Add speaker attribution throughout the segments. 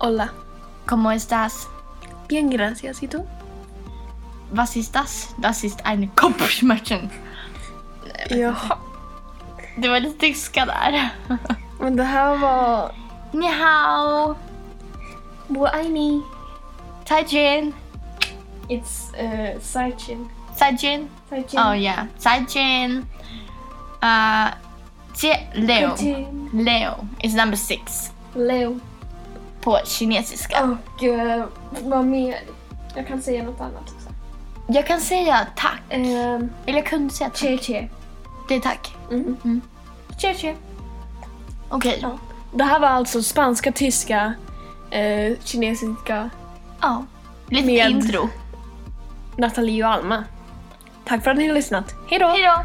Speaker 1: Hola.
Speaker 2: ¿Cómo estás?
Speaker 1: Bien, gracias. ¿Y tú?
Speaker 2: Was ist das? Das ist eine Kopfschmerzen.
Speaker 1: Jaha.
Speaker 2: Det var lite tyska där.
Speaker 1: Men det här var...
Speaker 2: Ni hao,
Speaker 1: Boaini.
Speaker 2: Taijin,
Speaker 1: It's uh, Saichin.
Speaker 2: Sajin.
Speaker 1: Saichin.
Speaker 2: Oh yeah, Sajin. Uh, Jie- Leo.
Speaker 1: Saichin.
Speaker 2: Leo is number six
Speaker 1: Leo.
Speaker 2: på kinesiska.
Speaker 1: Och eh, vad mer? Jag kan säga något annat också.
Speaker 2: Jag kan säga tack.
Speaker 1: Um,
Speaker 2: Eller jag kunde säga tack.
Speaker 1: Che-che.
Speaker 2: Det är tack.
Speaker 1: Mm.
Speaker 2: Mm.
Speaker 1: Che-che.
Speaker 2: Okej.
Speaker 1: Ja. Det här var alltså spanska, tyska, eh, kinesiska,
Speaker 2: Ja. Lite
Speaker 1: Med-
Speaker 2: intro.
Speaker 1: Nathalie och Alma. Tack för att ni har lyssnat. Hej då!
Speaker 2: Hejdå!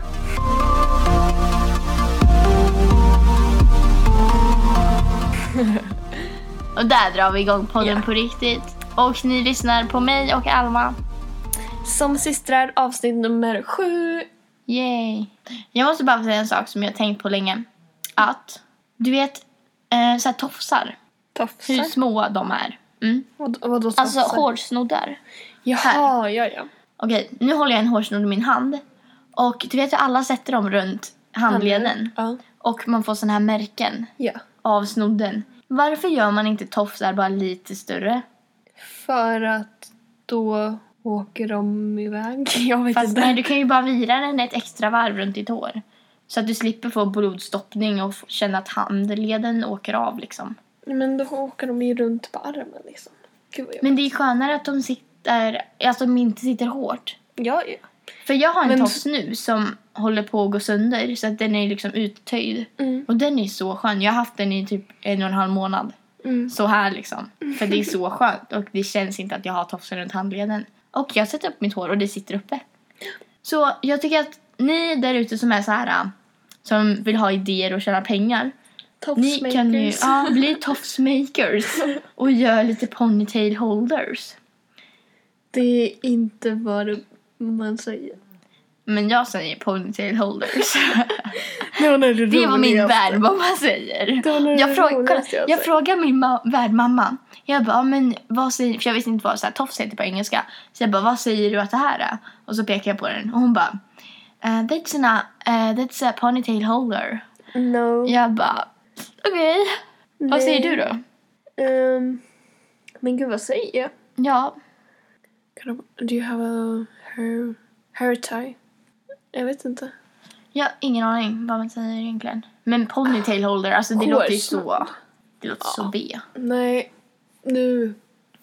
Speaker 2: Och där drar vi igång podden
Speaker 1: Ja.
Speaker 2: på riktigt. Och ni lyssnar på mig och Alma.
Speaker 1: Som systrar, avsnitt nummer sju.
Speaker 2: Yay! Jag måste bara säga en sak som jag har tänkt på länge. Att, du vet, eh, så här tofsar. Hur
Speaker 1: Tofsar.
Speaker 2: små de är. Mm.
Speaker 1: Vad, vadå
Speaker 2: Alltså
Speaker 1: tofsar?
Speaker 2: hårsnoddar.
Speaker 1: Jaha,
Speaker 2: här.
Speaker 1: ja, ja.
Speaker 2: Okej, nu håller jag en hårsnodd i min hand. Och du vet hur alla sätter dem runt handleden.
Speaker 1: Ja.
Speaker 2: Och man får såna här märken.
Speaker 1: ja.
Speaker 2: av snodden. Varför gör man inte tofsar bara lite större?
Speaker 1: För att då åker de iväg. Jag vet
Speaker 2: Fast
Speaker 1: inte.
Speaker 2: nej, du kan ju bara vira den ett extra varv runt ditt hår. Så att du slipper få blodstoppning och f- känna att handleden åker av liksom.
Speaker 1: Men då åker de ju runt på armen liksom. Gud vad jobbigt.
Speaker 2: Men det är skönare att de sitter, alltså de inte sitter hårt.
Speaker 1: Ja, ja.
Speaker 2: För jag har en
Speaker 1: Men-
Speaker 2: tofs nu som håller på att gå sönder så att den är liksom uttöjd.
Speaker 1: Mm.
Speaker 2: Och den är så skön. Jag har haft den i typ en och en halv månad.
Speaker 1: Mm.
Speaker 2: Så här liksom. För det är så skönt och det känns inte att jag har tofsen runt handleden. Och jag sätter upp mitt hår och det sitter uppe. Så jag tycker att ni där ute som är så här äh, som vill ha idéer och tjäna pengar. Ni kan ju
Speaker 1: Tofsmakers.
Speaker 2: ja, bli tofsmakers och göra lite ponytail holders.
Speaker 1: Det är inte vad man säger.
Speaker 2: Men jag säger ponytail holders.
Speaker 1: Det var, det
Speaker 2: Det var min
Speaker 1: roligaste.
Speaker 2: värdmamma säger.
Speaker 1: Det var nog det
Speaker 2: Jag, fråg, kolla,
Speaker 1: roligaste jag
Speaker 2: jag
Speaker 1: sett.
Speaker 2: frågade min ma- värdmamma. Jag bara, men vad säger, för jag visste inte vad så här, tofs heter på engelska. Så jag bara, vad säger du att det här är? Och så pekade jag på den och hon bara, eh, that's, an, eh, that's a ponytail holder.
Speaker 1: No.
Speaker 2: Jag bara, okej. Vad
Speaker 1: Nej.
Speaker 2: säger du då?
Speaker 1: Ehm, men gud, vad säger jag?
Speaker 2: Ja,
Speaker 1: Kan de- Do you have a hair, hair tie? Jag vet inte.
Speaker 2: jag har ingen aning vad man säger egentligen. Men ponytail holder, alltså det låter ju så, det låter så B.
Speaker 1: Nej, nu,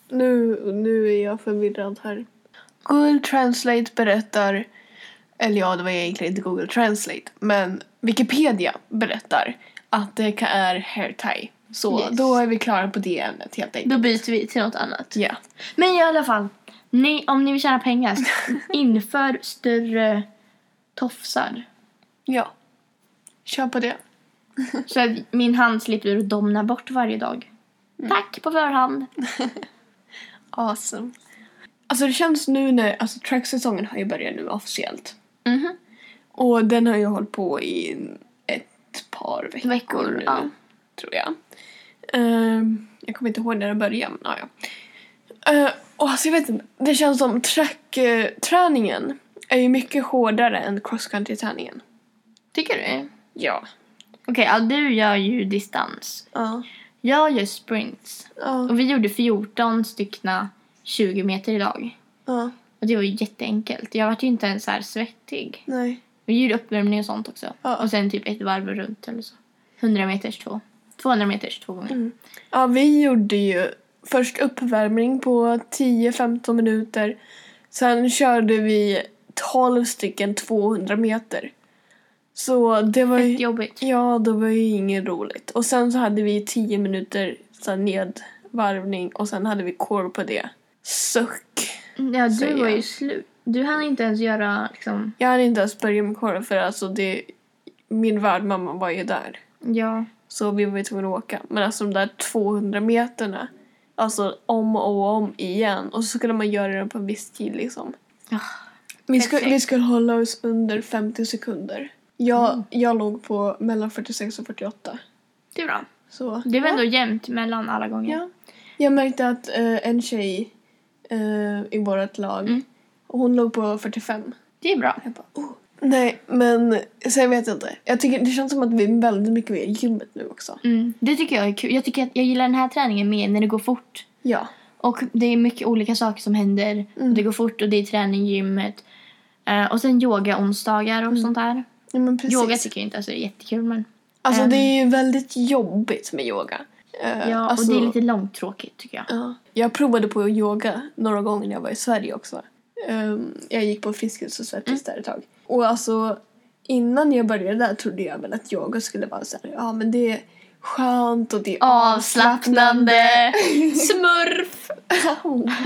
Speaker 1: nu, nu är jag förvirrad här. Google Translate berättar, eller ja, det var egentligen inte Google Translate, men Wikipedia berättar att det ka- är hair tie. Så
Speaker 2: Yes.
Speaker 1: då är vi klara på det ämnet helt enkelt.
Speaker 2: Då byter vi till något annat.
Speaker 1: Ja.
Speaker 2: Men i alla fall, ni, om ni vill tjäna pengar, inför större tofsar.
Speaker 1: Ja. Kör på det.
Speaker 2: Så att min hand slipper domna bort varje dag. Tack på förhand.
Speaker 1: Awesome. Alltså det känns nu när, alltså tracksäsongen har ju börjat nu officiellt.
Speaker 2: Mhm.
Speaker 1: Och den har ju hållit på i ett par veckor,
Speaker 2: Veckor,
Speaker 1: nu,
Speaker 2: ja.
Speaker 1: tror jag. Ehm, jag kommer inte ihåg när den började, men ja. ja. Eh, och alltså jag vet inte, det känns som trackträningen är ju mycket hårdare än cross country-träningen.
Speaker 2: Tycker du?
Speaker 1: Ja.
Speaker 2: Okej, ja, du gör ju distans.
Speaker 1: Ja.
Speaker 2: Jag gör sprints.
Speaker 1: Ja.
Speaker 2: Och vi gjorde 14 styckna 20 meter idag.
Speaker 1: Ja.
Speaker 2: Och det var ju jätteenkelt. Jag var ju inte ens så här svettig.
Speaker 1: Nej.
Speaker 2: Vi gjorde uppvärmning och sånt också.
Speaker 1: Ja.
Speaker 2: Och sen typ ett varv runt eller så. 100 meters två. 200 meters två gånger.
Speaker 1: Ja, vi gjorde ju först uppvärmning på 10-15 minuter. Sen körde vi 12 stycken 200 meter. Så det var
Speaker 2: Fett
Speaker 1: ju...
Speaker 2: jobbigt.
Speaker 1: Ja, det var ju inget roligt. Och sen så hade vi 10 minuter så här nedvarvning och sen hade vi core på det. Suck!
Speaker 2: Ja, du
Speaker 1: säger
Speaker 2: var
Speaker 1: jag.
Speaker 2: ju slut. Du hann inte ens göra liksom...
Speaker 1: Jag hade inte ens börjat med core för alltså det... Min värdmamma var ju där.
Speaker 2: Ja.
Speaker 1: Så vi var ju tvungna att åka. Men alltså de där 200 meterna. Alltså om och om igen. Och så skulle man göra det på en viss tid liksom.
Speaker 2: Ah,
Speaker 1: Vi skulle,
Speaker 2: perfekt.
Speaker 1: vi skulle hålla oss under 50 sekunder. Jag, jag låg på mellan 46 och 48.
Speaker 2: Det är bra.
Speaker 1: Så.
Speaker 2: Det var ändå jämnt mellan alla gånger.
Speaker 1: Ja. Jag märkte att eh, en tjej eh, i vårt lag,
Speaker 2: Mm.
Speaker 1: hon låg på 45.
Speaker 2: Det är bra.
Speaker 1: Jag bara, oh. Nej, men så jag vet inte. Jag tycker det känns som att vi är väldigt mycket mer i gymmet nu också.
Speaker 2: Mm, det tycker jag är kul. Jag tycker att jag gillar den här träningen mer när det går fort.
Speaker 1: Ja.
Speaker 2: Och det är mycket olika saker som händer.
Speaker 1: Mm.
Speaker 2: Det går fort och det är träning i gymmet. Eh, och sen yoga onsdagar och sånt där.
Speaker 1: ja men precis.
Speaker 2: Yoga tycker jag inte alltså, är jättekul men
Speaker 1: Alltså
Speaker 2: Ehm.
Speaker 1: det är ju väldigt jobbigt med yoga. Eh,
Speaker 2: ja,
Speaker 1: alltså,
Speaker 2: och det är lite långtråkigt tycker jag.
Speaker 1: ja. Jag provade på yoga några gånger när jag var i Sverige också. Ehm, jag gick på Friskis och Svettis där ett tag. Och alltså innan jag började där trodde jag väl att yoga skulle vara så här, ja men det är skönt och det är
Speaker 2: Avslappnande, smurf.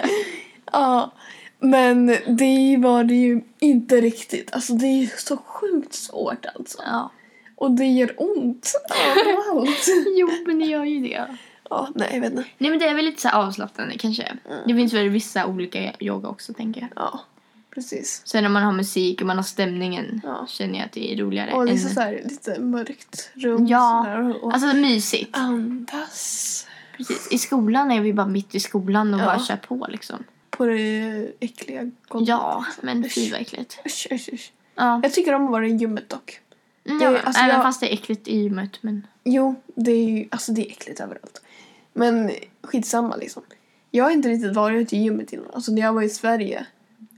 Speaker 1: ja, men det var det ju inte riktigt. Alltså det är så sjukt svårt alltså.
Speaker 2: Ja.
Speaker 1: Och det gör ont överallt.
Speaker 2: Jo men det gör ju det.
Speaker 1: ja, nej jag vet inte.
Speaker 2: Nej men det är väl lite så här avslappnande kanske.
Speaker 1: Mm.
Speaker 2: Det finns väl vissa olika yoga också tänker jag.
Speaker 1: Ja, precis.
Speaker 2: Sen när man har musik och man har stämningen
Speaker 1: Ja.
Speaker 2: känner jag att det är roligare.
Speaker 1: Och
Speaker 2: än-
Speaker 1: liksom så här, lite mörkt rum.
Speaker 2: Ja,
Speaker 1: sådär, och
Speaker 2: Alltså mysigt.
Speaker 1: andas
Speaker 2: Precis. I skolan är vi bara mitt i skolan och
Speaker 1: Ja.
Speaker 2: bara kör på liksom.
Speaker 1: på det äckliga golvet.
Speaker 2: Ja, men
Speaker 1: Usch.
Speaker 2: fy vad äckligt.
Speaker 1: Usch, usch, usch.
Speaker 2: Ja.
Speaker 1: Jag tycker om att vara i gymmet dock.
Speaker 2: Mm,
Speaker 1: det-
Speaker 2: ja.
Speaker 1: alltså,
Speaker 2: Även
Speaker 1: jag-
Speaker 2: fast det är äckligt i gymmet men
Speaker 1: Jo, det är ju alltså det är äckligt överallt. Men skitsamma liksom. Jag har inte riktigt varit i gymmet innan. Alltså när jag var i Sverige.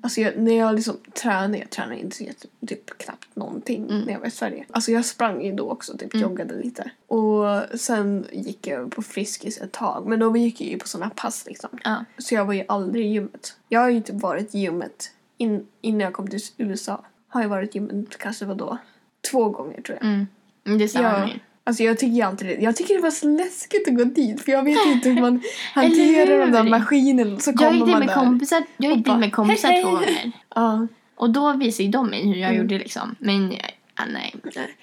Speaker 1: Alltså jag, när jag liksom tränade, jag tränade inte så jätte, typ knappt någonting
Speaker 2: Mm.
Speaker 1: när jag var i Sverige. Alltså jag sprang ju då också, typ
Speaker 2: Mm.
Speaker 1: joggade lite. Och sen gick jag på Friskis ett tag. Men då gick jag ju på sådana pass liksom.
Speaker 2: ja.
Speaker 1: Så jag var ju aldrig i gymmet. Jag har ju typ varit i gymmet in, innan jag kom till USA. Har jag varit i gymmet kanske vadå? Två gånger tror jag.
Speaker 2: Mm. Mm, Det stämmer
Speaker 1: Ja.
Speaker 2: med.
Speaker 1: Alltså jag tycker ju alltid det. Jag tycker det var så läskigt att gå dit för jag vet inte hur man
Speaker 2: Eller
Speaker 1: hanterar
Speaker 2: hur?
Speaker 1: de där maskinerna. Så
Speaker 2: Jag
Speaker 1: kommer
Speaker 2: gick dit
Speaker 1: man
Speaker 2: med
Speaker 1: där.
Speaker 2: kompisar, jag
Speaker 1: och
Speaker 2: gick dit
Speaker 1: bara,
Speaker 2: med kompisar
Speaker 1: "Hej,
Speaker 2: två
Speaker 1: hej."
Speaker 2: gånger.
Speaker 1: Ja.
Speaker 2: Och då visade ju de mig hur jag
Speaker 1: Mm.
Speaker 2: gjorde liksom. Men ja, nej.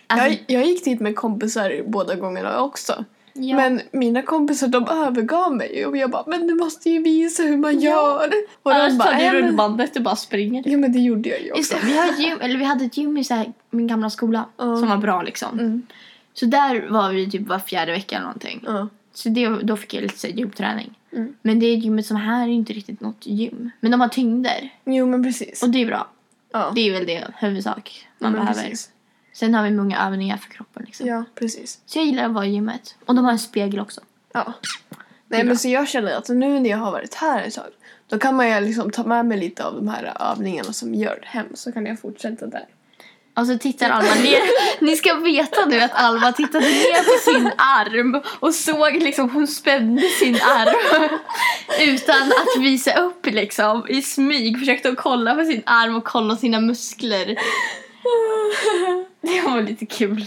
Speaker 2: Alltså,
Speaker 1: Jag, jag gick dit med kompisar båda gångerna också.
Speaker 2: ja.
Speaker 1: Men mina kompisar de övergav mig och jag bara men du måste ju visa hur man
Speaker 2: Ja.
Speaker 1: gör. Och de
Speaker 2: Annars
Speaker 1: bara,
Speaker 2: tar
Speaker 1: "Ja,
Speaker 2: du
Speaker 1: men-
Speaker 2: rullbandet och bara springer.
Speaker 1: Ja men det gjorde jag ju
Speaker 2: Just
Speaker 1: också.
Speaker 2: det, vi, har ett gym, eller vi hade ett gym i så här, min gamla skola
Speaker 1: Ja.
Speaker 2: som var bra liksom.
Speaker 1: Mm.
Speaker 2: Så där var vi typ var fjärde vecka eller någonting.
Speaker 1: Ja.
Speaker 2: Så det, då fick jag lite så här gymträning.
Speaker 1: Mm.
Speaker 2: Men det gymmet som är här är inte riktigt något gym. Men de har tyngder
Speaker 1: Jo men precis.
Speaker 2: och det är bra.
Speaker 1: Ja.
Speaker 2: Det är väl det huvudsak man
Speaker 1: men
Speaker 2: behöver.
Speaker 1: precis.
Speaker 2: Sen har vi många övningar för kroppen liksom.
Speaker 1: Ja precis.
Speaker 2: Så jag gillar att vara i gymmet. Och de har en spegel också.
Speaker 1: Ja.
Speaker 2: Det är
Speaker 1: Nej
Speaker 2: bra.
Speaker 1: men så jag känner att nu när jag har varit här ett tag då kan man ju liksom ta med mig lite av de här övningarna som jag gör hem så kan jag fortsätta där.
Speaker 2: Alltså tittar Alma ner. Ni ska veta nu att Alma tittade ner på sin arm och såg liksom hon spände sin arm utan att visa upp liksom i smyg försökte att kolla på sin arm och kolla sina muskler. Det var lite kul.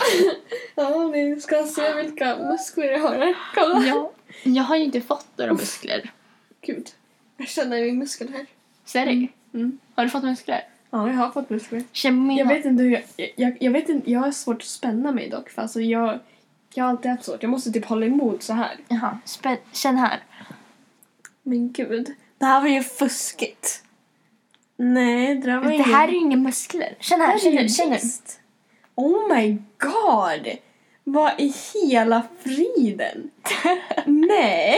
Speaker 1: Ja, ni ska se vilka muskler jag har här. Kolla!
Speaker 2: Ja, jag har ju inte fått några muskler.
Speaker 1: Gud. Jag känner min muskel här.
Speaker 2: Ser du?
Speaker 1: Mm.
Speaker 2: Har du fått muskler?
Speaker 1: Ja, jag har fått muskler.
Speaker 2: Känn på
Speaker 1: Jag
Speaker 2: mina.
Speaker 1: vet inte hur jag... Jag, jag, jag, vet inte, jag har svårt att spänna mig dock för alltså jag... Jag har alltid haft svårt. Jag måste typ hålla emot så här.
Speaker 2: Jaha, spänn, känn här.
Speaker 1: Men gud. Det här var ju fuskigt. Nej, det där var
Speaker 2: Det här är ju inga muskler. Känn här, känn nu, känn nu.
Speaker 1: Oh my god! Vad i hela friden? Nej!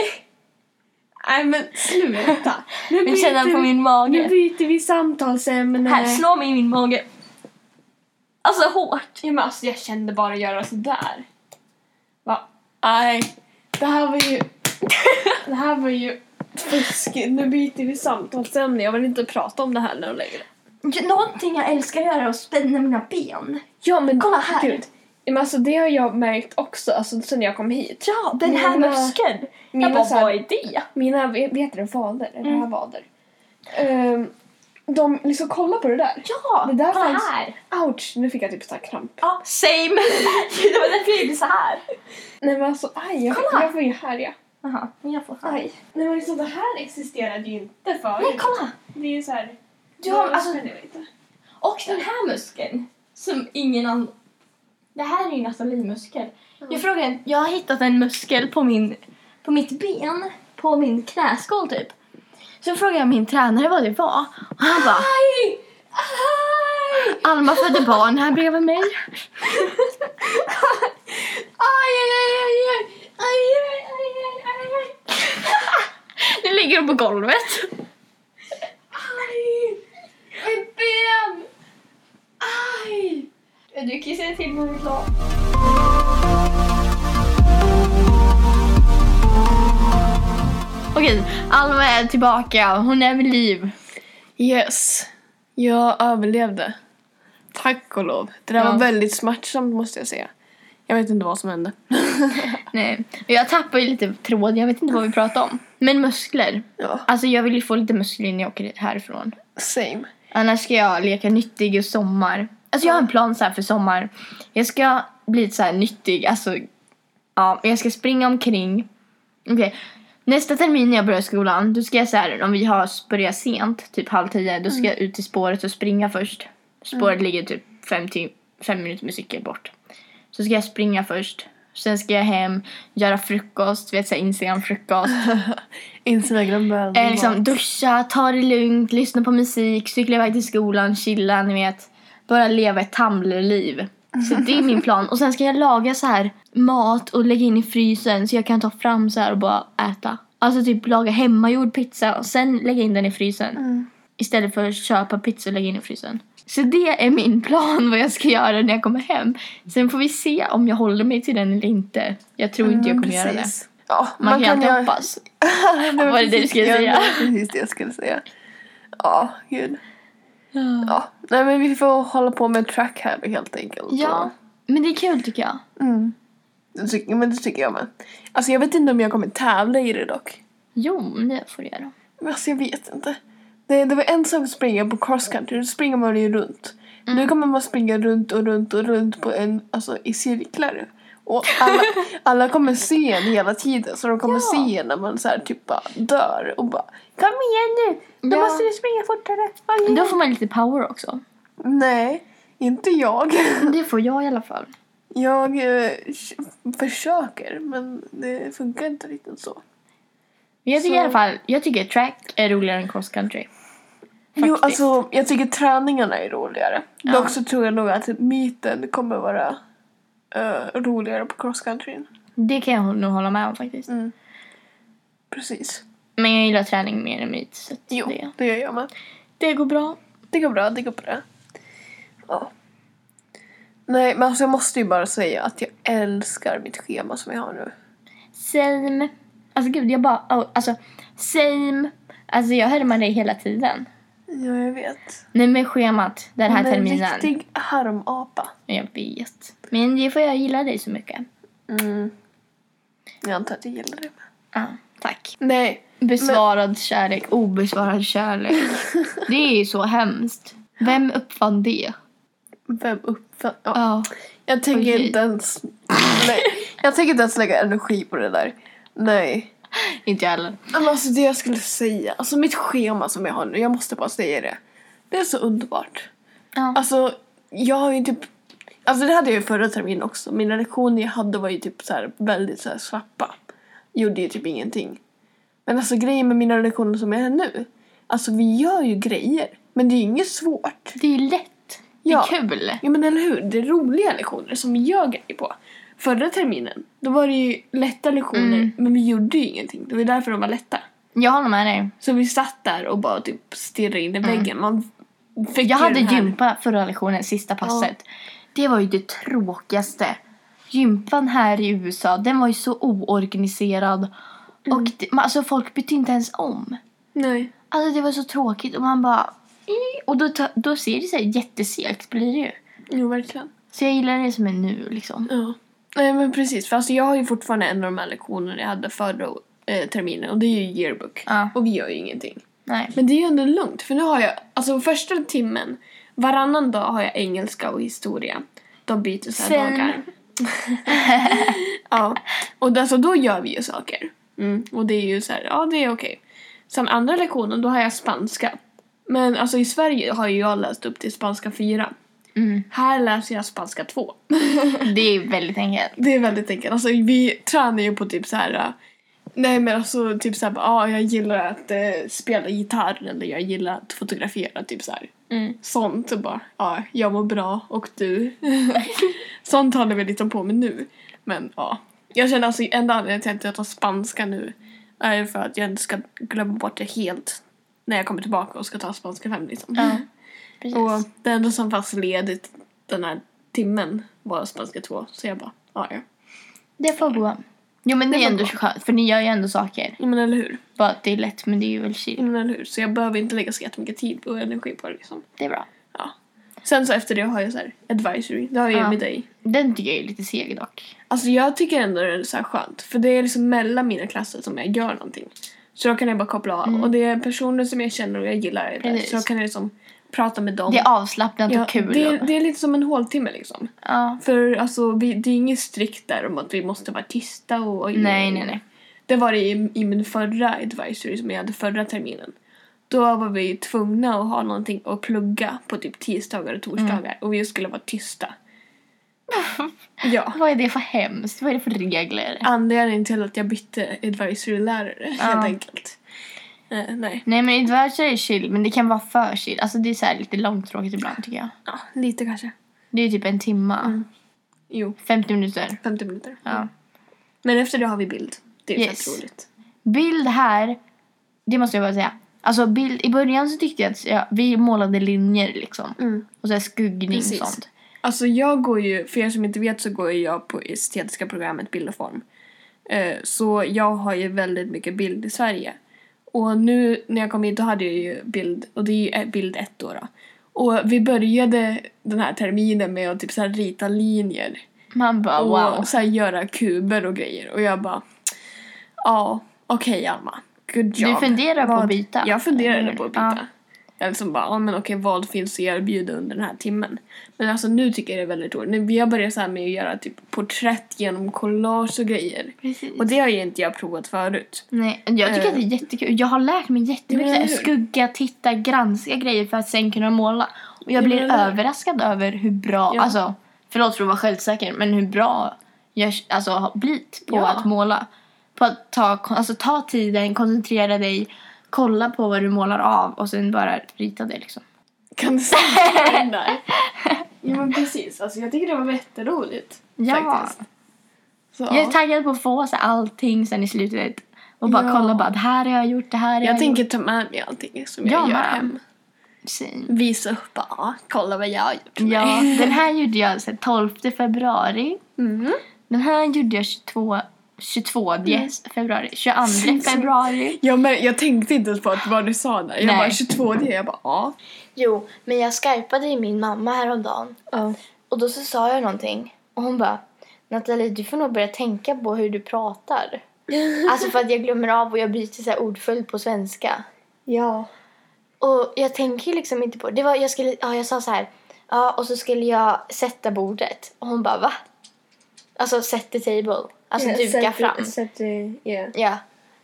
Speaker 1: Nej men sluta! Nu
Speaker 2: Men känn här
Speaker 1: byter
Speaker 2: på
Speaker 1: vi-
Speaker 2: min
Speaker 1: Nu
Speaker 2: mage.
Speaker 1: byter vi samtalsämne.
Speaker 2: Här, slå mig i min mage. Alltså hårt.
Speaker 1: ja, men alltså, jag kände bara göra sådär. Va? Nej, det här var ju... det här var ju fuskigt. Nu byter vi samtalsämne. Jag vill inte prata om det här nu längre.
Speaker 2: Någonting jag älskar att göra är att spänna mina ben.
Speaker 1: Ja men alltså,
Speaker 2: Kolla här.
Speaker 1: Gud. Ja, Men alltså det har jag märkt också alltså, sen jag kom hit.
Speaker 2: Ja, den här
Speaker 1: Mina-
Speaker 2: muskeln.
Speaker 1: mina
Speaker 2: Jag bara,
Speaker 1: så här-
Speaker 2: vad är det?
Speaker 1: Mina, vad heter det, vader? Eller
Speaker 2: Mm.
Speaker 1: här vader. Ehm, de liksom kolla på det där.
Speaker 2: Ja,
Speaker 1: Det där
Speaker 2: kolla
Speaker 1: fanns-
Speaker 2: här.
Speaker 1: Ouch, nu fick jag typ så här kramp.
Speaker 2: Ja, same. det var därför jag gjorde så här.
Speaker 1: Nej men alltså aj, jag,
Speaker 2: Kolla.
Speaker 1: jag får ju här ja.
Speaker 2: Jaha, men jag får
Speaker 1: Aj. Nej men liksom det här existerade ju inte
Speaker 2: Nej,
Speaker 1: förut.
Speaker 2: kolla.
Speaker 1: Det är ju såhär...
Speaker 2: Du har,
Speaker 1: alltså...
Speaker 2: alltså, och den här muskeln som ingen annan... Det här är ju en Nathalie-muskel. Jag, frågade, jag har hittat en muskel på, min, på mitt ben, på min knäskål typ. Så frågade jag min tränare vad det var och han bara
Speaker 1: Aj! Aj!
Speaker 2: Alma födde barn här bredvid mig.
Speaker 1: Aj, aj, aj, aj, aj, aj, aj, aj, aj, aj, aj.
Speaker 2: ligger hon på golvet.
Speaker 3: Aj! Mitt ben! Aj! Du kissade till när du är klar.
Speaker 2: Okej, Alma är tillbaka. Hon är vid liv.
Speaker 1: Yes. Jag överlevde. Tack och lov. Det där
Speaker 2: Ja.
Speaker 1: var väldigt smärtsamt måste jag säga. Jag vet inte vad som hände.
Speaker 2: Nej. Och Jag tappar ju lite tråd. Jag vet inte vad vi pratar om. Men muskler.
Speaker 1: ja,
Speaker 2: Alltså jag vill ju få lite muskler när jag åker härifrån.
Speaker 1: same.
Speaker 2: Annars ska jag leka nyttig och sommar. Alltså jag har en plan så här för sommar. Jag ska bli så här nyttig. Alltså, ja, jag ska springa omkring. Okej. Nästa termin när jag börjar skolan, då ska jag så här, om vi har börjat sent, typ halv tio, då ska jag ut till spåret och springa först. Spåret ligger typ fem, tim- fem minuter med cykel bort. Så ska jag springa först. Sen ska jag hem, göra frukost, vet såhär Instagram-frukost.
Speaker 1: Instagram bad.
Speaker 2: Eh, liksom, duscha, ta det lugnt, lyssna på musik, cykla iväg till skolan, chilla, ni vet. Bara leva ett Tumblr-liv. Så det är min plan. Och sen ska jag laga så här mat och lägga in i frysen så jag kan ta fram så här och bara äta. Alltså typ laga hemmagjord pizza och sen lägga in den i frysen. Istället för att köpa pizza och lägga in i frysen. Så det är min plan vad jag ska göra när jag kommer hem. Sen får vi se om jag håller mig till den eller inte. Jag tror inte jag kommer göra det.
Speaker 1: Ja,
Speaker 2: Mm, Man, kan alltid hoppas.
Speaker 1: det
Speaker 2: Var det det du skulle
Speaker 1: ja,
Speaker 2: säga?
Speaker 1: Det var precis det jag skulle säga. Ja, gud. Ja. Nej men vi får hålla på med track här då, helt enkelt.
Speaker 2: Ja, men det är kul tycker jag.
Speaker 1: Mm. Det tycker, men det tycker jag med. Alltså jag vet inte om jag kommer tävla i det dock.
Speaker 2: Jo, men det får du göra.
Speaker 1: Men Alltså jag vet inte. Det, det var en sak att springa på cross country, då springer man ju runt.
Speaker 2: Mm.
Speaker 1: Nu kommer man springa runt och runt och runt på en, alltså, i cirklar. Och alla, alla kommer se en hela tiden, så de kommer
Speaker 2: Ja.
Speaker 1: se en när man så här typ bara dör och bara Kom igen nu! Nu
Speaker 2: Ja.
Speaker 1: måste du springa fortare! Kom
Speaker 2: Då
Speaker 1: igen.
Speaker 2: får man lite power också.
Speaker 1: Nej, inte jag.
Speaker 2: Det får jag i alla fall.
Speaker 1: Jag eh, sh- försöker, men det funkar inte riktigt så.
Speaker 2: Men jag tycker
Speaker 1: Så-
Speaker 2: i alla fall, jag tycker track är roligare än cross country.
Speaker 1: Jo,
Speaker 2: Faktiskt.
Speaker 1: alltså jag tycker träningarna är roligare.
Speaker 2: Ja.
Speaker 1: Dock så tror jag nog att myten kommer vara eh, roligare på cross country.
Speaker 2: Det kan jag nog hålla med om faktiskt.
Speaker 1: Mm. Precis.
Speaker 2: Men jag gillar träning mer än mitt. Så att
Speaker 1: Jo,
Speaker 2: det,
Speaker 1: det gör jag med.
Speaker 2: det går bra.
Speaker 1: Det går bra, det går bra. Ja. Nej, men alltså jag måste ju bara säga att jag älskar mitt schema som jag har nu.
Speaker 2: Same. Alltså gud, jag bara... Oh, alltså, same. Alltså jag härmar dig hela tiden.
Speaker 1: Ja, jag vet.
Speaker 2: Nej, med schemat den här
Speaker 1: Hon är
Speaker 2: terminen.
Speaker 1: En riktig harmapa.
Speaker 2: Jag vet. Men det får jag gilla dig så mycket.
Speaker 1: Mm. Jag antar att jag gillar det.
Speaker 2: Ja, tack.
Speaker 1: Nej,
Speaker 2: Besvarad kärlek, obesvarad kärlek. Det är ju så hemskt. Vem uppfann det?
Speaker 1: vem uppfann... Ja.
Speaker 2: Ja.
Speaker 1: Jag tänker
Speaker 2: Oj.
Speaker 1: inte ens... Nej, jag tänker inte ens lägga energi på det där. Nej.
Speaker 2: Inte jag heller.
Speaker 1: Men alltså det jag skulle säga, alltså mitt schema som jag har nu, jag måste bara säga det. Det är så underbart.
Speaker 2: Ja.
Speaker 1: Alltså, jag har ju typ... Alltså det hade jag ju förra terminen också. Mina lektioner jag hade var ju typ så här väldigt så här slappa. Gjorde ju typ ingenting. Men alltså grejen med mina lektioner som jag är nu, alltså vi gör ju grejer. Men det är ju inget svårt.
Speaker 2: Det är lätt. Det är
Speaker 1: Ja.
Speaker 2: kul.
Speaker 1: Ja men eller hur, det är roliga lektioner som vi gör grejer på. Förra terminen, då var det ju lätta lektioner
Speaker 2: Mm.
Speaker 1: men vi gjorde ju ingenting. Det var ju därför de var lätta.
Speaker 2: Jag håller med dig.
Speaker 1: Så vi satt där och bara typ stirrade in i väggen. Man fick
Speaker 2: Mm. Jag
Speaker 1: ju
Speaker 2: hade
Speaker 1: den här-
Speaker 2: gympa förra lektionen, sista passet. Det var ju det tråkigaste. Gympan här i USA, den var ju så oorganiserad. Och det, man, alltså folk bytte inte ens om.
Speaker 1: Nej.
Speaker 2: Alltså det var så tråkigt och man bara... "Ih." Och då, ta- då ser det sig jättesegt blir det ju.
Speaker 1: Jo verkligen.
Speaker 2: Så jag gillar det som är nu liksom.
Speaker 1: Ja. Nej men precis, för alltså jag har ju fortfarande en av de här lektionerna jag hade förra eh, terminen och det är ju yearbook.
Speaker 2: Ja.
Speaker 1: Och vi gör ju ingenting.
Speaker 2: Nej.
Speaker 1: Men det är ju ändå lugnt för nu har jag, alltså första timmen, varannan dag har jag engelska och historia. De byter så här
Speaker 2: Fin.
Speaker 1: dagar. ja, och alltså då gör vi ju saker. Mm. Och det är ju så här, ja det är okej. Sen andra lektionen, då har jag spanska. Men alltså i Sverige har ju jag läst upp till spanska 4.
Speaker 2: Mm.
Speaker 1: Här läser jag spanska 2.
Speaker 2: Det är väldigt enkelt.
Speaker 1: Det är väldigt enkelt. Alltså, vi tränar ju på typ så här. äh, Nej men alltså typ såhär, ah, jag gillar att eh, spela gitarr eller jag gillar att fotografera typ så här.
Speaker 2: Mm.
Speaker 1: Sånt och bara, ja, jag mår bra och du. Sånt håller vi liksom på med nu. Men ja, jag känner alltså enda anledningen till att jag tar spanska nu Nej, för att jag inte ska glömma bort det helt när jag kommer tillbaka och ska ta spanska 5 liksom.
Speaker 2: Ja, precis.
Speaker 1: Och det enda som fanns ledigt den här timmen var spanska 2. Så jag bara, "Ah, ja ja.
Speaker 2: det får gå. Jo men det,
Speaker 1: Det
Speaker 2: är
Speaker 1: får
Speaker 2: ändå
Speaker 1: gå.
Speaker 2: så skönt, för ni gör ju ändå saker.
Speaker 1: Ja men eller hur.
Speaker 2: Bara att det är lätt men det är ju väl
Speaker 1: Ja,
Speaker 2: chill.
Speaker 1: men eller hur. Så jag behöver inte lägga så jättemycket tid och energi på det liksom.
Speaker 2: Det är bra.
Speaker 1: Ja. Sen så efter det har jag så här advisory. Det har jag
Speaker 2: Ja.
Speaker 1: ju med dig.
Speaker 2: Den tycker jag är lite seg dock.
Speaker 1: Alltså jag tycker ändå det är så här skönt. För det är liksom mellan mina klasser som jag gör någonting. Så då kan jag bara koppla av. Och det är personer som jag känner och jag gillar. det där.
Speaker 2: Mm. Precis.
Speaker 1: Så då kan jag liksom prata med dem.
Speaker 2: Det är avslappnat
Speaker 1: Ja,
Speaker 2: och kul.
Speaker 1: det, är-
Speaker 2: och,
Speaker 1: det är lite som en håltimme liksom.
Speaker 2: ja.
Speaker 1: För alltså, vi, det är inget strikt där om att vi måste vara tysta och... och
Speaker 2: Nej, nej, nej.
Speaker 1: Det var det i, i min förra advisory som jag hade förra terminen. Då var vi tvungna att ha någonting att plugga på typ tisdagar och torsdagar
Speaker 2: Mm.
Speaker 1: och vi skulle vara tysta. ja.
Speaker 2: Vad är det för hemskt? Vad är det för regler?
Speaker 1: Anledningen till att jag bytte advisory-lärare
Speaker 2: Ja.
Speaker 1: helt enkelt. Eh, nej,
Speaker 2: Nej men adventure är chill men det kan vara för chill. Alltså det är så här lite långtråkigt ibland tycker jag.
Speaker 1: ja, lite kanske.
Speaker 2: Det är typ en timma.
Speaker 1: Jo,
Speaker 2: 50 minuter.
Speaker 1: 50 minuter.
Speaker 2: Ja.
Speaker 1: Men efter det har vi bild. Det är
Speaker 2: Yes.
Speaker 1: fett roligt.
Speaker 2: Bild här, det måste jag bara säga. Alltså bild, i början så tyckte jag att ja, vi målade linjer liksom.
Speaker 1: Mm.
Speaker 2: Och så här skuggning
Speaker 1: Precis.
Speaker 2: och sånt.
Speaker 1: Alltså jag går ju, för er som inte vet så går ju jag på estetiska programmet bild och form. Eh, så jag har ju väldigt mycket bild i Sverige. Och nu när jag kom hit då hade jag ju bild, och det är ju eh, bild ett då. då. Och vi började den här terminen med att typ så här rita linjer.
Speaker 2: Man bara
Speaker 1: Och
Speaker 2: wow.
Speaker 1: så här göra kuber och grejer. Och jag bara, ja, okej Alma. Good job.
Speaker 2: funderar på att
Speaker 1: Vad-
Speaker 2: byta?
Speaker 1: Jag
Speaker 2: Eller hur?
Speaker 1: funderade på att byta.
Speaker 2: Ja.
Speaker 1: Jag liksom bara, ja men okej vad finns att erbjuda under den här timmen? Men alltså nu tycker jag det är väldigt roligt. Nu, vi har börjat så här med att göra typ porträtt genom collage och grejer.
Speaker 2: Precis.
Speaker 1: Och det har ju inte jag provat förut.
Speaker 2: Nej, jag tycker
Speaker 1: Eh.
Speaker 2: att det är jättekul. Jag har lärt mig jättemycket.
Speaker 1: Ja,
Speaker 2: så här,
Speaker 1: eller hur?
Speaker 2: skugga, titta, granska grejer för att sen kunna måla. Och jag
Speaker 1: Ja,
Speaker 2: blir
Speaker 1: men eller hur?
Speaker 2: överraskad över hur bra,
Speaker 1: Ja.
Speaker 2: alltså förlåt för att vara självsäker, men hur bra jag alltså, har blivit på
Speaker 1: Ja.
Speaker 2: att måla. På att ta, alltså, ta tiden, koncentrera dig, kolla på vad du målar av och sen bara rita det liksom.
Speaker 1: Kan du säga den där? Ja men precis, alltså jag tycker det var jätteroligt.
Speaker 2: Ja.
Speaker 1: Faktiskt. Så,
Speaker 2: Jag är
Speaker 1: ja.
Speaker 2: taggad på att få så, här, allting sen i slutet och bara
Speaker 1: Ja.
Speaker 2: kolla bara det här har jag gjort, det här har jag,
Speaker 1: Jag
Speaker 2: gjort.
Speaker 1: tänker ta med mig allting som jag
Speaker 2: Ja,
Speaker 1: gör
Speaker 2: men.
Speaker 1: hem.
Speaker 2: Precis.
Speaker 1: Visa upp bara, "Ah, kolla vad jag har gjort.
Speaker 2: Ja, den här gjorde jag så, här, 12 februari.
Speaker 1: Mm.
Speaker 2: Den här gjorde jag 22, 22 februari, 22 februari.
Speaker 1: Ja, men jag tänkte inte ens på att vad du sa där. Jag
Speaker 2: Nej.
Speaker 1: bara 22 det, jag bara "Ah." ja.
Speaker 2: Jo, men jag skypade ju min mamma häromdagen och då så sa jag någonting och hon bara Nathalie, du får nog börja tänka på hur du pratar. Alltså för att jag glömmer av och jag byter så här ordföljd på svenska.
Speaker 1: Ja.
Speaker 2: Och jag tänker ju liksom inte på det. Var, jag, skulle, ja, jag sa så här, ja, och så skulle jag sätta bordet. Och hon bara, va? Alltså set the table. Alltså duka fram. Ja.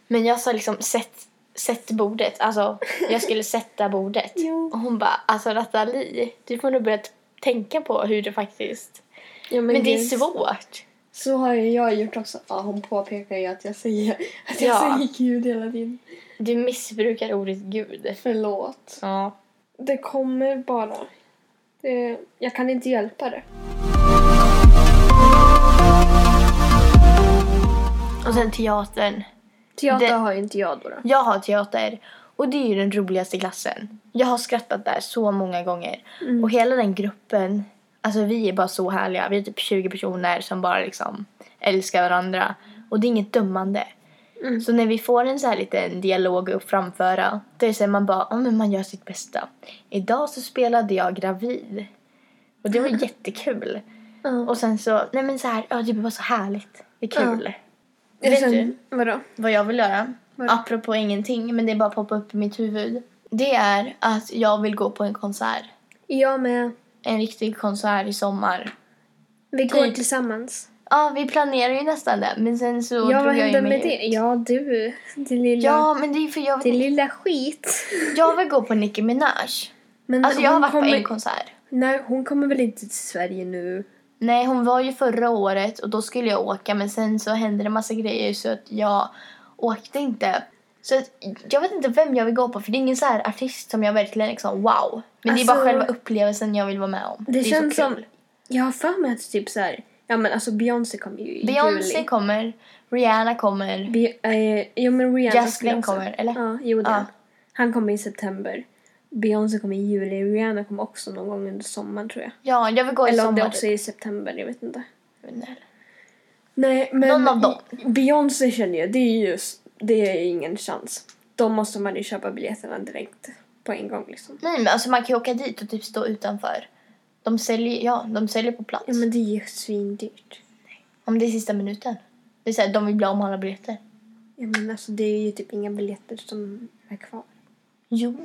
Speaker 2: Men jag sa liksom sätt, sätt bordet. Alltså jag skulle sätta bordet.
Speaker 1: Jo.
Speaker 2: Och hon bara alltså Nathalie, du får nog börja t- tänka på hur det faktiskt...
Speaker 1: Ja,
Speaker 2: Men, det är
Speaker 1: gud,
Speaker 2: svårt.
Speaker 1: Så har ju jag gjort också. Ja, hon påpekar ju att jag säger, att jag
Speaker 2: Ja.
Speaker 1: säger gud hela tiden.
Speaker 2: Du missbrukar ordet gud.
Speaker 1: Förlåt.
Speaker 2: Ja.
Speaker 1: Det kommer bara. Det, jag kan inte hjälpa det.
Speaker 2: Och sen teatern.
Speaker 1: Teater
Speaker 2: Det-
Speaker 1: har ju inte jag då. då.
Speaker 2: Jag har teater och det är ju den roligaste klassen. Jag har skrattat där så många gånger. Och hela den gruppen, alltså vi är bara så härliga. Vi är typ 20 personer som bara liksom älskar varandra. Och det är inget dömande. Så när vi får en så här liten dialog att framföra, då är det så här, man bara, ja men man gör sitt bästa. Idag så spelade jag gravid. Och det var jättekul.
Speaker 1: Ja.
Speaker 2: Och sen så, nej men så här, ja det var så härligt. Det är kul.
Speaker 1: Och
Speaker 2: Vet
Speaker 1: sen-
Speaker 2: du?
Speaker 1: Vadå?
Speaker 2: vad jag vill göra,
Speaker 1: Vadå?
Speaker 2: apropå ingenting, men det bara poppar upp i mitt huvud. Det är att jag vill gå på en konsert.
Speaker 1: Jag med.
Speaker 2: En riktig konsert i sommar.
Speaker 1: Vi
Speaker 2: Typ.
Speaker 1: tillsammans.
Speaker 2: Ja, vi planerar ju nästan det, men sen så drog jag ju mig ut.
Speaker 1: Ja, du. Din lilla,
Speaker 2: Ja, men det är för jag vill,
Speaker 1: lilla skit.
Speaker 2: jag vill gå på Nicki Minaj.
Speaker 1: Men
Speaker 2: Alltså jag har
Speaker 1: hon
Speaker 2: varit på
Speaker 1: kommer-
Speaker 2: en konsert.
Speaker 1: Nej, hon kommer väl inte till Sverige nu?
Speaker 2: Nej, hon var ju förra året och då skulle jag åka men sen så hände det massa grejer så att jag åkte inte. Så att, jag vet inte vem jag vill gå på för det är ingen så här artist som jag verkligen liksom wow. Men det är bara
Speaker 1: Alltså-
Speaker 2: själva upplevelsen jag vill vara med om.
Speaker 1: Det
Speaker 2: är så
Speaker 1: känns
Speaker 2: kul.
Speaker 1: som- Jag har för mig att typ så här,
Speaker 4: Ja men alltså Beyoncé kommer ju i
Speaker 2: Beyoncé
Speaker 4: juli.
Speaker 2: kommer, Rihanna kommer,
Speaker 4: Be- eh, jo men Rihanna
Speaker 2: Justin
Speaker 4: skulle också-
Speaker 2: kommer, eller?
Speaker 4: Ja, jo det.
Speaker 2: Ja.
Speaker 4: Han kommer i september. Beyoncé kommer i juli. Rihanna kommer också någon gång under sommaren tror jag.
Speaker 2: ja jag vill gå i
Speaker 4: Eller om det
Speaker 2: sommar.
Speaker 4: också är i september, jag vet inte.
Speaker 2: typ.
Speaker 4: Nej men
Speaker 2: Någon av dem.
Speaker 4: Beyoncé känner jag, det är ju det är ingen chans. De måste man ju köpa biljetterna direkt på en gång liksom.
Speaker 2: Nej men alltså man kan ju åka dit och typ stå utanför. De säljer, ja, de säljer på plats.
Speaker 4: Ja men det är ju svindyrt.
Speaker 2: Om det är sista minuten. Det är så här, de vill bli av med alla biljetter.
Speaker 4: Ja men alltså det är ju typ inga biljetter som är kvar.
Speaker 2: Jo.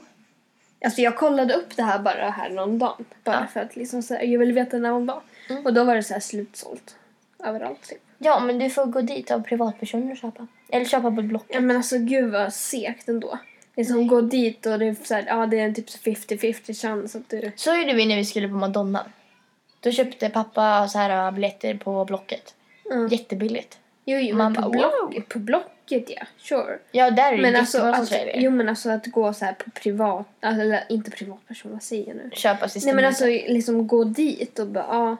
Speaker 4: Alltså jag kollade upp det här bara här någon dag. Bara
Speaker 2: Ja.
Speaker 4: för att liksom så här, jag ville veta när man var.
Speaker 2: Mm.
Speaker 4: Och då var det så här slutsålt. Överallt typ.
Speaker 2: Ja men du får gå dit av privatpersoner och köpa. Eller köpa på Blocket.
Speaker 4: Ja men alltså gud vad segt ändå. Liksom
Speaker 2: Mm.
Speaker 4: gå dit och det är så här, ja det är en typ så 50-50 chans att du...
Speaker 2: Så gjorde vi när vi skulle på Madonna. Då köpte pappa så här äh, biljetter på Blocket.
Speaker 4: Mm.
Speaker 2: Jättebilligt.
Speaker 4: Jo, jo
Speaker 2: Man
Speaker 4: men på,
Speaker 2: bara,
Speaker 4: block, på Blocket ja, sure.
Speaker 2: Ja där är det
Speaker 4: Men alltså,
Speaker 2: jättemånga som
Speaker 4: att,
Speaker 2: säljer.
Speaker 4: jo men alltså att gå så här på privat, alltså, eller inte privatperson, vad säger jag nu?
Speaker 2: Köpa sista
Speaker 4: Nej men
Speaker 2: minuten.
Speaker 4: alltså liksom gå dit och bara ja,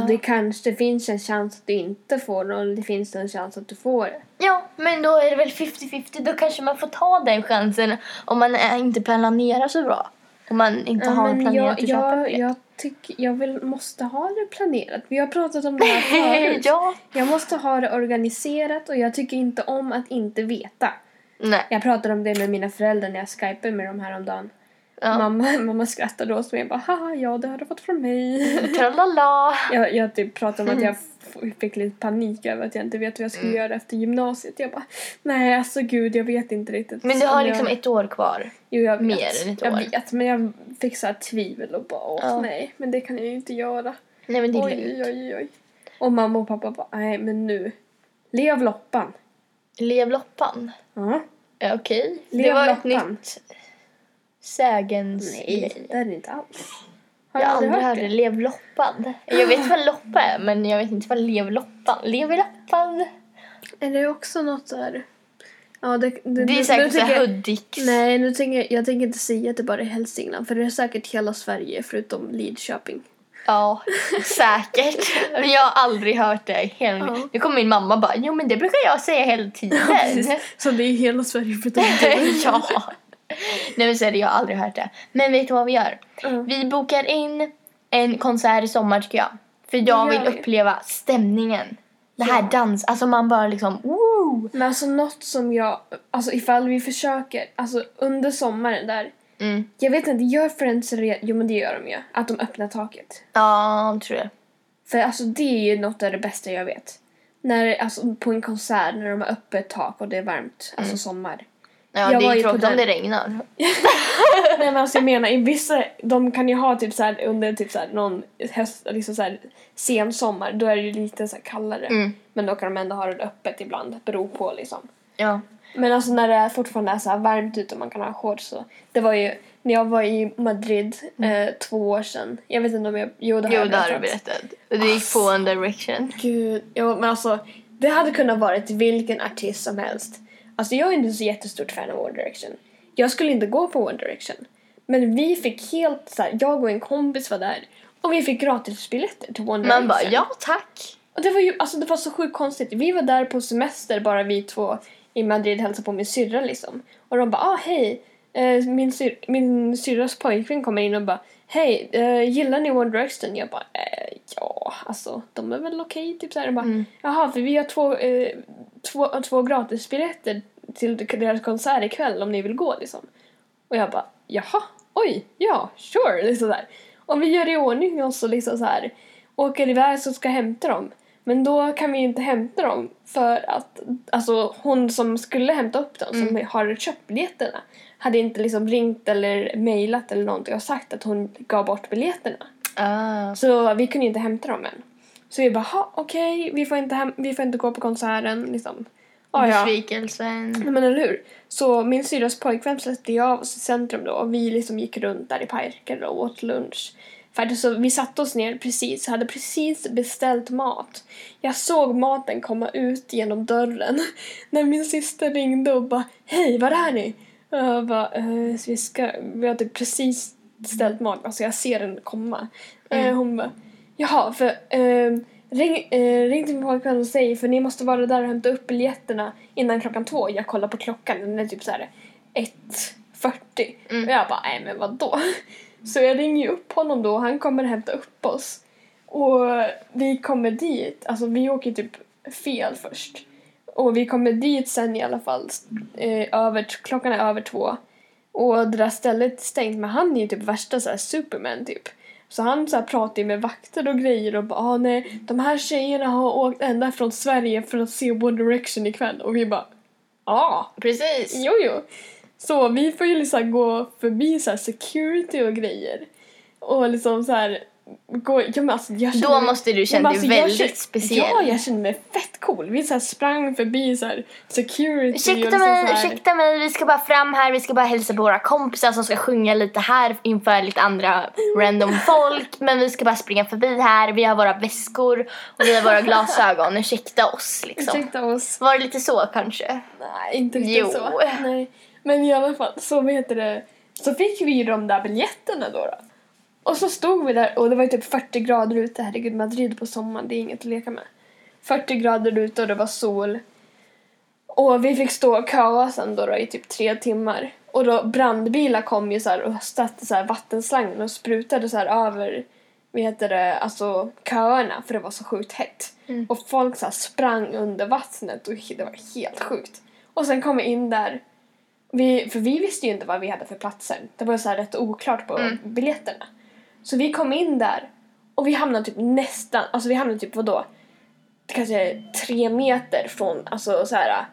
Speaker 4: och det kanske finns en chans att du inte får det och det finns en chans att du får det.
Speaker 2: Ja, men då är det väl 50-50. Då kanske man får ta den chansen om man eh, inte planerar så bra. Om man inte
Speaker 4: Ja,
Speaker 2: har
Speaker 4: men
Speaker 2: planerat
Speaker 4: jag,
Speaker 2: att köpa en
Speaker 4: jag,
Speaker 2: biljett.
Speaker 4: jag, tycker, jag vill, måste ha det planerat. Vi har pratat om det här förut.
Speaker 2: ja.
Speaker 4: Jag måste ha det organiserat och jag tycker inte om att inte veta.
Speaker 2: Nej.
Speaker 4: Jag pratade om det med mina föräldrar när jag skypade med dem häromdagen.
Speaker 2: Ja.
Speaker 4: Mamma, mamma skrattade åt mig och bara haha ja det har du fått från mig.
Speaker 2: Tralala.
Speaker 4: Jag, jag typ pratade om att jag f- fick lite panik över att jag inte vet vad jag skulle
Speaker 2: Mm.
Speaker 4: göra efter gymnasiet. Jag bara nej alltså gud jag vet inte riktigt.
Speaker 2: Men du har
Speaker 4: Om
Speaker 2: liksom
Speaker 4: jag,
Speaker 2: ett år kvar.
Speaker 4: jo, jag vet,
Speaker 2: mer än ett år.
Speaker 4: Jag vet men jag fick så här tvivel och bara åh
Speaker 2: Ja.
Speaker 4: nej men det kan jag ju inte göra.
Speaker 2: Nej, men det är
Speaker 4: Oj
Speaker 2: lugnt.
Speaker 4: oj oj oj. Och mamma och pappa bara nej men nu. Lev loppan.
Speaker 2: Lev loppan.
Speaker 4: Ja.
Speaker 2: Ja, Eh, Okej. Det
Speaker 4: Lev
Speaker 2: var ett
Speaker 4: loppan.
Speaker 2: nytt sägens
Speaker 4: Nej
Speaker 2: grej.
Speaker 4: det är det inte alls. Har
Speaker 2: Jag
Speaker 4: du
Speaker 2: har
Speaker 4: aldrig
Speaker 2: aldrig hört
Speaker 4: hört det?
Speaker 2: det. Lev loppan. Jag vet vad loppa är, men jag vet inte vad lev loppan. Lev i loppan.
Speaker 4: Är det också något där? Ja, det, det,
Speaker 2: Det är
Speaker 4: nu- nu
Speaker 2: säkert så
Speaker 4: tänker
Speaker 2: här
Speaker 4: jag-
Speaker 2: Hudiks.
Speaker 4: Nej, nu tänker jag, jag tänker inte säga att det bara är Hälsingland för det är säkert hela Sverige förutom Lidköping.
Speaker 2: Ja, säkert. Men Jag har aldrig hört det. Hela...
Speaker 4: Ja.
Speaker 2: Nu kommer min mamma bara, jo men det brukar jag säga hela tiden.
Speaker 4: Så det är hela Sverige förutom
Speaker 2: ja. Nej men så är det, jag har aldrig hört det. Men vet du vad vi gör?
Speaker 4: Mm.
Speaker 2: Vi bokar in en konsert i sommar tycker jag. För jag
Speaker 4: gör
Speaker 2: vill
Speaker 4: vi.
Speaker 2: uppleva stämningen. Det här dans, alltså man bara liksom woo!
Speaker 4: Men alltså något som jag, alltså ifall vi försöker, alltså under sommaren där.
Speaker 2: Mm.
Speaker 4: Jag vet inte, gör Friends re- Jo men det gör de ju. Att de öppnar taket.
Speaker 2: Ja, jag tror jag.
Speaker 4: För alltså det är ju något av det bästa jag vet. När, alltså på en konsert när de har öppet tak och det är varmt,
Speaker 2: Mm.
Speaker 4: alltså sommar.
Speaker 2: Ja,
Speaker 4: Jag
Speaker 2: det
Speaker 4: var
Speaker 2: är
Speaker 4: ju
Speaker 2: ju
Speaker 4: på
Speaker 2: tråkigt om
Speaker 4: den.
Speaker 2: det regnar.
Speaker 4: Nej men alltså jag menar, i vissa, de kan ju ha typ så här under typ så här någon höst, liksom så här sen sommar, då är det ju lite så här kallare.
Speaker 2: Mm.
Speaker 4: Men då kan de ändå ha det öppet ibland, beror på liksom.
Speaker 2: Ja.
Speaker 4: Men alltså när det är fortfarande är så här varmt ute och man kan ha shorts så. Det var ju när jag var i Madrid eh, två år sedan. Jag vet inte om jag... Jo det Alltså. har
Speaker 2: Mm. Jo,
Speaker 4: jag
Speaker 2: det har du
Speaker 4: berättat.
Speaker 2: berättat. Och du gick på en direction.
Speaker 4: Gud, ja, men alltså det hade kunnat varit vilken artist som helst. Alltså jag är inte så jättestort fan av One Direction. Jag skulle inte gå på One Direction. Men vi fick helt så här, jag och en kompis var där och vi fick gratisbiljetter till One Direction.
Speaker 2: Man bara, ja tack.
Speaker 4: Och det var ju, alltså det var så sjukt konstigt. Vi var där på semester bara vi två i Madrid hälsade på min syrra liksom. Och de bara, ah hej, eh, min, syr, min syrras pojkvän kommer in och bara, hej, eh, gillar ni One Direction? Jag bara, eh, ja, alltså de är väl okej, typ såhär. De bara, jaha, för vi har två, eh, två, två gratisbiljetter till deras konsert ikväll om ni vill gå liksom. Och jag bara, jaha, oj, ja, sure, liksom där. Och vi gör i ordning oss och liksom så här åker iväg så ska jag hämta dem. Men då kan vi ju inte hämta dem för att alltså hon som skulle hämta upp dem, som har köpt biljetterna, hade inte liksom ringt eller mejlat eller någonting och sagt att hon gav bort biljetterna.
Speaker 2: Ah.
Speaker 4: Så vi kunde ju inte hämta dem än. Så vi bara, "Ha, okej, vi, får inte hem- vi får inte gå på konserten liksom. Ah, ja.
Speaker 2: Besvikelsen.
Speaker 4: Nej, men eller hur? Så min syrras pojkvän släppte jag av oss i centrum då och vi liksom gick runt där i parken och åt lunch. Färdigt, så vi satte oss ner precis, hade precis beställt mat. Jag såg maten komma ut genom dörren när min syster ringde och bara Hej, var är ni? Och jag bara, "Eh, så vi, ska, vi hade precis beställt mat, alltså jag ser den komma. Eh, hon bara Jaha, för eh, Ring, eh, ring till min pojkvän och säg för ni måste vara där och hämta upp biljetterna innan klockan två. Jag kollar på klockan den är typ så här 1.40.
Speaker 3: Mm.
Speaker 4: Och jag bara, nej men vadå? Så jag ringer ju upp honom då och han kommer hämta upp oss. Och vi kommer dit, alltså vi åker typ fel först. Och vi kommer dit sen i alla fall, eh, över, klockan är över två. Och det där stället är stängt, men han är ju typ värsta så här superman typ. Så han så här pratar ju med vakter och grejer och bara ah, nej, de här tjejerna har åkt ända från Sverige för att se One Direction ikväll. Och vi bara ja,
Speaker 3: Precis.
Speaker 4: jo jo. Så vi får ju liksom gå förbi så här security och grejer. Och liksom så här gå, ja men alltså jag
Speaker 3: Då
Speaker 4: känner mig-
Speaker 3: måste du
Speaker 4: Ja, men
Speaker 3: känna dig
Speaker 4: alltså, jag
Speaker 3: väldigt
Speaker 4: känner-
Speaker 3: speciell.
Speaker 4: Ja, jag kände mig fett cool. Vi så här sprang förbi så här security och
Speaker 3: Ursäkta
Speaker 4: liksom
Speaker 3: mig,
Speaker 4: så här,
Speaker 3: ursäkta mig, vi ska bara fram här, vi ska bara hälsa på våra kompisar som ska sjunga lite här inför lite andra random folk. Men vi ska bara springa förbi här, vi har våra väskor och vi har våra glasögon, ursäkta oss liksom.
Speaker 4: ursäkta oss.
Speaker 3: Var det lite så kanske?
Speaker 4: Nej, inte riktigt
Speaker 3: Jo.
Speaker 4: så. Nej. Men i alla fall, så vad heter det, så fick vi ju de där biljetterna då. då. Och så stod vi där och det var ju typ 40 grader ute. Herregud, Madrid på sommaren, det är inget att leka med. 40 grader ute och det var sol. Och vi fick stå och köa sen då, då i typ tre timmar. Och då brandbilar kom ju så här och satte så här vattenslangen och sprutade så här över vad heter det, alltså köerna för det var så sjukt hett. Och folk så här sprang under vattnet och det var helt sjukt. Och sen kom vi in där. Vi, för vi visste ju inte vad vi hade för platser. Det var så här rätt oklart på biljetterna. Så vi kom in där och vi hamnade typ nästan, alltså vi hamnade typ vadå? Kanske tre meter från, alltså så här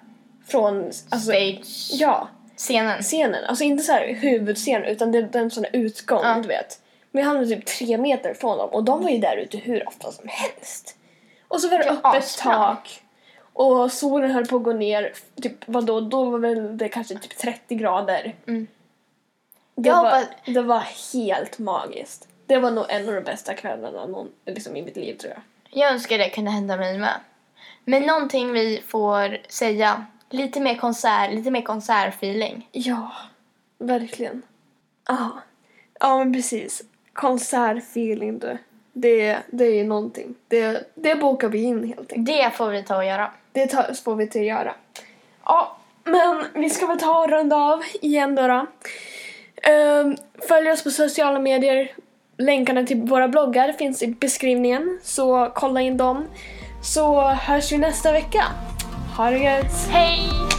Speaker 4: från, alltså,
Speaker 3: Stage.
Speaker 4: ja
Speaker 3: Scenen.
Speaker 4: scenen. Alltså inte så här huvudscenen utan det är den sån där utgång, du vet. Men jag hamnade typ tre meter från dem och de var ju där ute hur ofta som helst. Och så var det öppet
Speaker 3: asbra.
Speaker 4: tak och solen höll på att gå ner. Typ vadå, då var väl det kanske typ 30 grader. Det,
Speaker 3: Mm. Jag
Speaker 4: var,
Speaker 3: hoppas-
Speaker 4: det var helt magiskt. Det var nog en av de bästa kvällarna någon, liksom, i mitt liv tror jag.
Speaker 3: Jag önskar det kunde hända mig med. Men någonting vi får säga, lite mer konsert, lite mer konsertfeeling.
Speaker 4: Ja, verkligen. Ja, ja men precis. Konsertfeeling du. Det, det är ju någonting. Det, det bokar vi in helt enkelt.
Speaker 3: Det får vi ta och göra.
Speaker 4: Det tar, får vi till att göra. Ja, men vi ska väl ta och runda av igen då. då. Ehm, följ oss på sociala medier. Länkarna till våra bloggar finns i beskrivningen, så kolla in dem. Så hörs vi nästa vecka. Ha det gött!
Speaker 3: Hej!